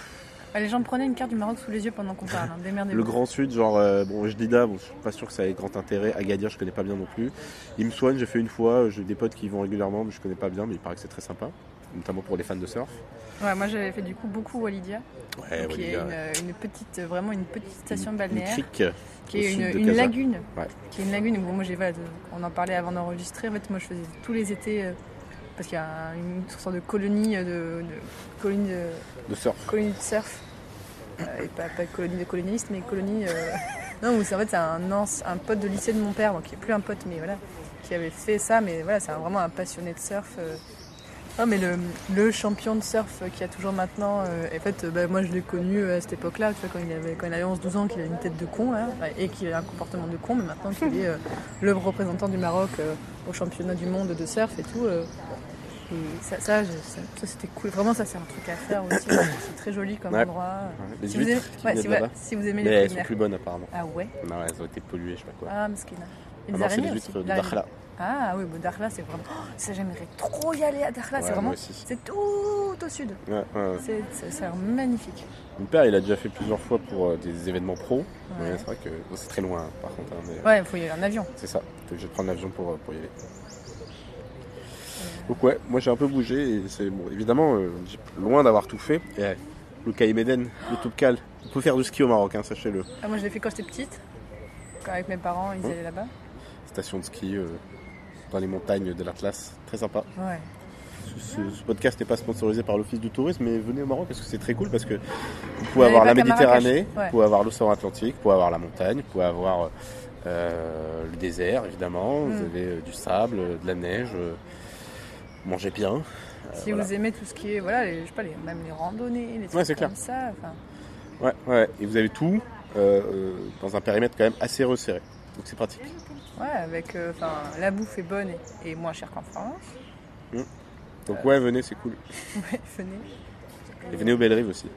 Ah, les gens prenaient une carte du Maroc sous les yeux pendant qu'on parle. Hein. Démerdez-vous. Le Grand Sud, genre, euh, bon, Jdida, bon, je suis pas sûr que ça ait grand intérêt. Agadir, je connais pas bien non plus. Imswan, j'ai fait une fois, euh, j'ai des potes qui y vont régulièrement, mais je connais pas bien, mais il paraît que c'est très sympa, notamment pour les fans de surf. Ouais, moi j'avais fait du coup beaucoup Walidia, Ouais, Eh, qui ouais, les est gars. une, euh, une petite, euh, vraiment une petite Une- station une balnéaire, crique, euh, qui au est sud de une, une Casa. lagune, Ouais. qui est une lagune. Bon, moi j'ai, voilà, de- on en parlait avant d'enregistrer. En fait, moi je faisais tous les étés euh, parce qu'il y a un- une sorte de colonie euh, de, de- colonie de de surf. colonie de surf. Euh, et pas, pas colonie de colonialistes, mais colonie. euh, non, où c'est en fait c'est un, anci- un pote de lycée de mon père, donc qui est plus un pote, mais voilà, qui avait fait ça, mais voilà, c'est un- vraiment un passionné de surf. euh. Non, mais le, le champion de surf euh, qu'il y a toujours maintenant, euh, en fait, euh, bah, moi je l'ai connu euh, à cette époque-là, tu vois, quand il avait, quand il avait 11-12 ans, qu'il avait une tête de con, là, et qu'il avait un comportement de con, mais maintenant qu'il est euh, le représentant du Maroc euh, au championnat du monde de surf et tout. euh, et ça, ça, je- ça- ça, c'était cool. Vraiment, ça, c'est un truc à faire aussi. C'est très joli comme Ouais. endroit. Ouais, Les Si vous, aimez, huîtres qui ouais, viennent si, de ouais, là-bas. si vous aimez Mais les elles sont culinaires. plus bonnes, apparemment. Ah ouais Non, elles ont été polluées, je sais pas quoi. Ah, mesquina. Et Ah les non, c'est araignées les aussi. huîtres de L'araignée. Dakhla. Ah oui, bon, Dakhla, c'est vraiment. Oh, ça, j'aimerais trop y aller à Ouais, Dakhla. Ah, c'est vraiment. moi aussi. C'est tout au sud. Ouais, ouais. C'est c'est- c'est magnifique. Mon père, il a déjà fait plusieurs fois pour euh, des événements pro. Ouais. Mais c'est vrai que bon, c'est très loin, hein, par contre. hein, mais, euh, Ouais, il faut y aller en avion. C'est ça, t'es obligé de prendre l'avion pour, euh, pour y aller. Donc ouais, moi j'ai un peu bougé, et c'est bon, évidemment, euh, j'ai- loin d'avoir tout fait. Et, euh, le Kaïmeden, le Toubkal, on peut faire du ski au Maroc, hein, sachez-le. Ah, moi, je l'ai fait quand j'étais petite. Quand avec mes parents, ils Ouais. allaient là-bas. Station de ski euh, dans les montagnes de l'Atlas, très sympa. Ouais. Ce, ce- ce podcast n'est pas sponsorisé par l'Office du Tourisme, mais venez au Maroc parce que c'est très cool parce que vous pouvez Vous avoir la n'allez pas qu'à Méditerranée, Marrakech. Ouais. vous pouvez avoir l'océan Atlantique, vous pouvez avoir la montagne, vous pouvez avoir euh, le désert évidemment, vous Mm. avez euh, du sable, euh, de la neige, euh, mangez bien. si Ah, voilà. vous aimez tout ce qui est. Voilà, les- je sais pas, les- même les randonnées, les trucs c'est comme clair. ça. enfin, Ouais, ouais, et vous avez tout euh, euh, dans un périmètre quand même assez resserré. Donc c'est pratique. Ouais, avec. euh, Enfin, la bouffe est bonne et, et moins chère qu'en France. Donc ouais, venez, c'est cool. Ouais, venez. Et venez aux Belles Rives aussi.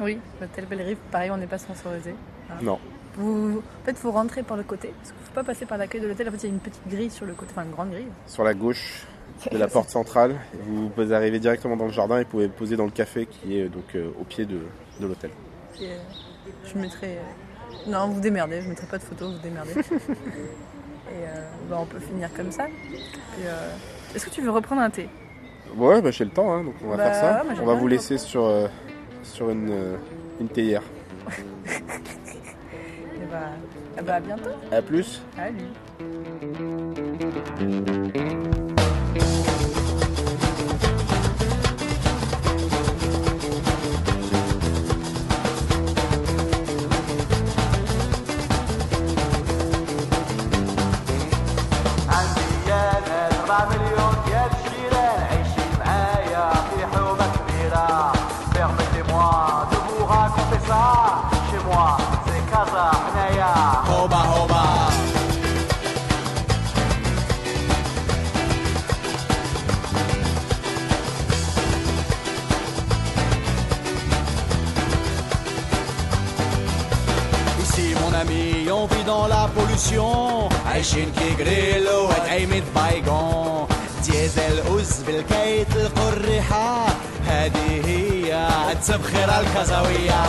Oui, l'hôtel Belle Rive, pareil, on n'est pas sponsorisé. Ah. Non. Vous, en fait, faut rentrer par le côté, parce qu'il ne faut pas passer par l'accueil de l'hôtel. En fait, il y a une petite grille sur le côté, enfin une grande grille. Sur la gauche de la porte centrale, vous pouvez arriver directement dans le jardin et vous pouvez vous poser dans le café qui est donc euh, au pied de, de l'hôtel. Et, euh, je mettrai. euh, Non, vous démerdez, je mettrai pas de photos, vous démerdez. Et euh, bah, on peut finir comme ça. Puis, euh, Est-ce que tu veux reprendre un thé Ouais, bah j'ai le temps, hein, donc on va Bah faire ça. ouais, moi, j'ai on va bien vous le laisser sur, euh, sur une, euh, une théière. Et bah, ah bah, à bientôt. A plus Salut. عندي يانا ربع مليون ديال الشيران عيشي معايا في حومة كبيرة Permettez-moi de vous raconter ça Chez moi, c'est Casa, حنايا Hoba, hoba. Hey, on vit dans la pollution. Hey, شين كي غريلو هتقيمة بايجون ديزل أوز بالكيت القرحة هذه هي هتسبخر الخزوية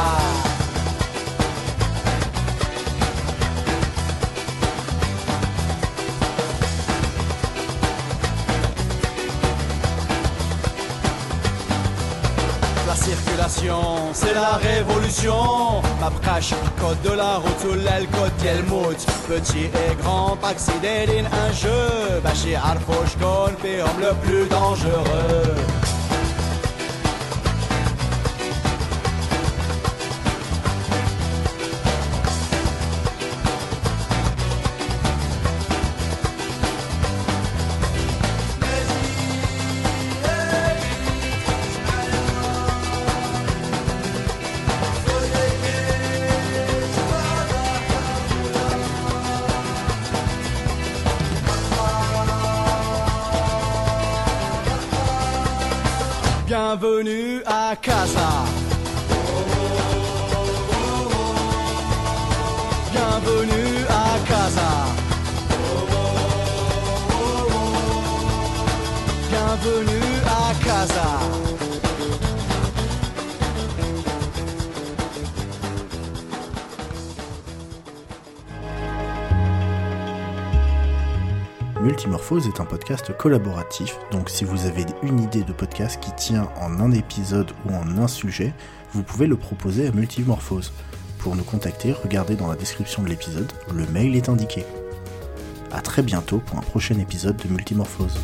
La circulation, c'est la révolution. Ma prache, code de la route sous l'aile, code Yelmouth. Petit et grand, paxi d'Edin, un jeu. Baché Arfoche, fait homme le plus dangereux. Bienvenue à Casa. Bienvenue à Casa. Bienvenue à Casa. Multimorphose est un podcast collaboratif, donc si vous avez une idée de podcast qui tient en un épisode ou en un sujet, vous pouvez le proposer à Multimorphose. Pour nous contacter, regardez dans la description de l'épisode, le mail est indiqué. A très bientôt pour un prochain épisode de Multimorphose.